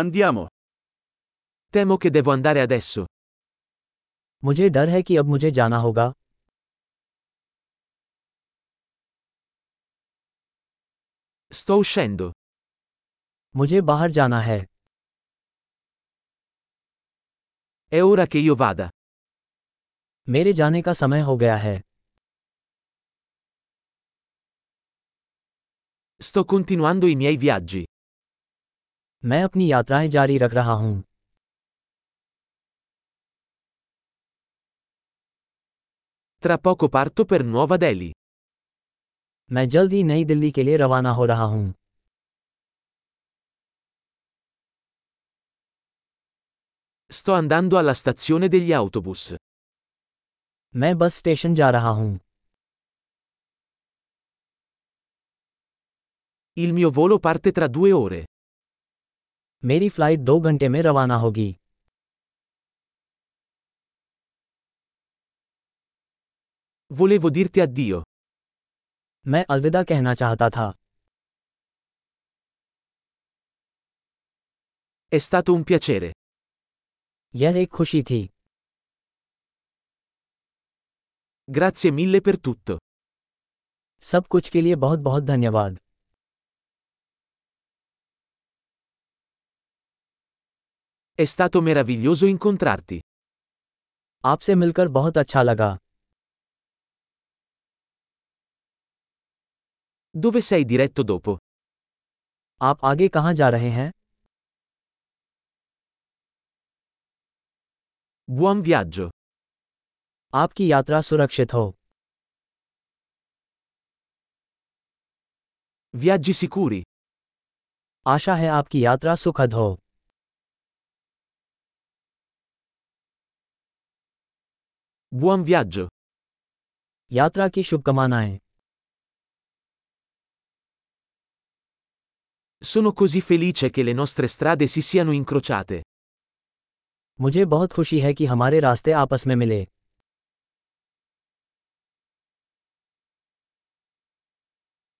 Andiamo. Temo che devo andare adesso. मुझे डर है कि अब मुझे जाना होगा Sto uscendo. मुझे बाहर जाना है È ora che io vada. मेरे जाने का समय हो गया है Sto continuando i miei viaggi. मैं अपनी यात्राएं जारी रख रहा हूँ Tra poco parto per Nuova Delhi. मैं जल्द ही नई दिल्ली के लिए रवाना हो रहा हूँ Sto andando alla stazione degli autobus. मैं बस स्टेशन जा रहा हूँ Il mio volo parte tra due ore. मेरी फ्लाइट दो घंटे में रवाना होगी Volevo dirti addio. मैं अलविदा कहना चाहता था È stato un piacere. यह एक खुशी थी Grazie mille per tutto. सब कुछ के लिए बहुत बहुत धन्यवाद È stato meraviglioso incontrarti. आपसे मिलकर बहुत अच्छा लगा Dove sei diretto dopo? आप आगे कहाँ जा रहे हैं Buon viaggio. आपकी यात्रा सुरक्षित हो Viaggi sicuri. आशा है आपकी यात्रा सुखद हो Buon viaggio. यात्रा की शुभकामनाएं Sono così felice che le nostre strade si siano incrociate. मुझे बहुत खुशी है कि हमारे रास्ते आपस में मिले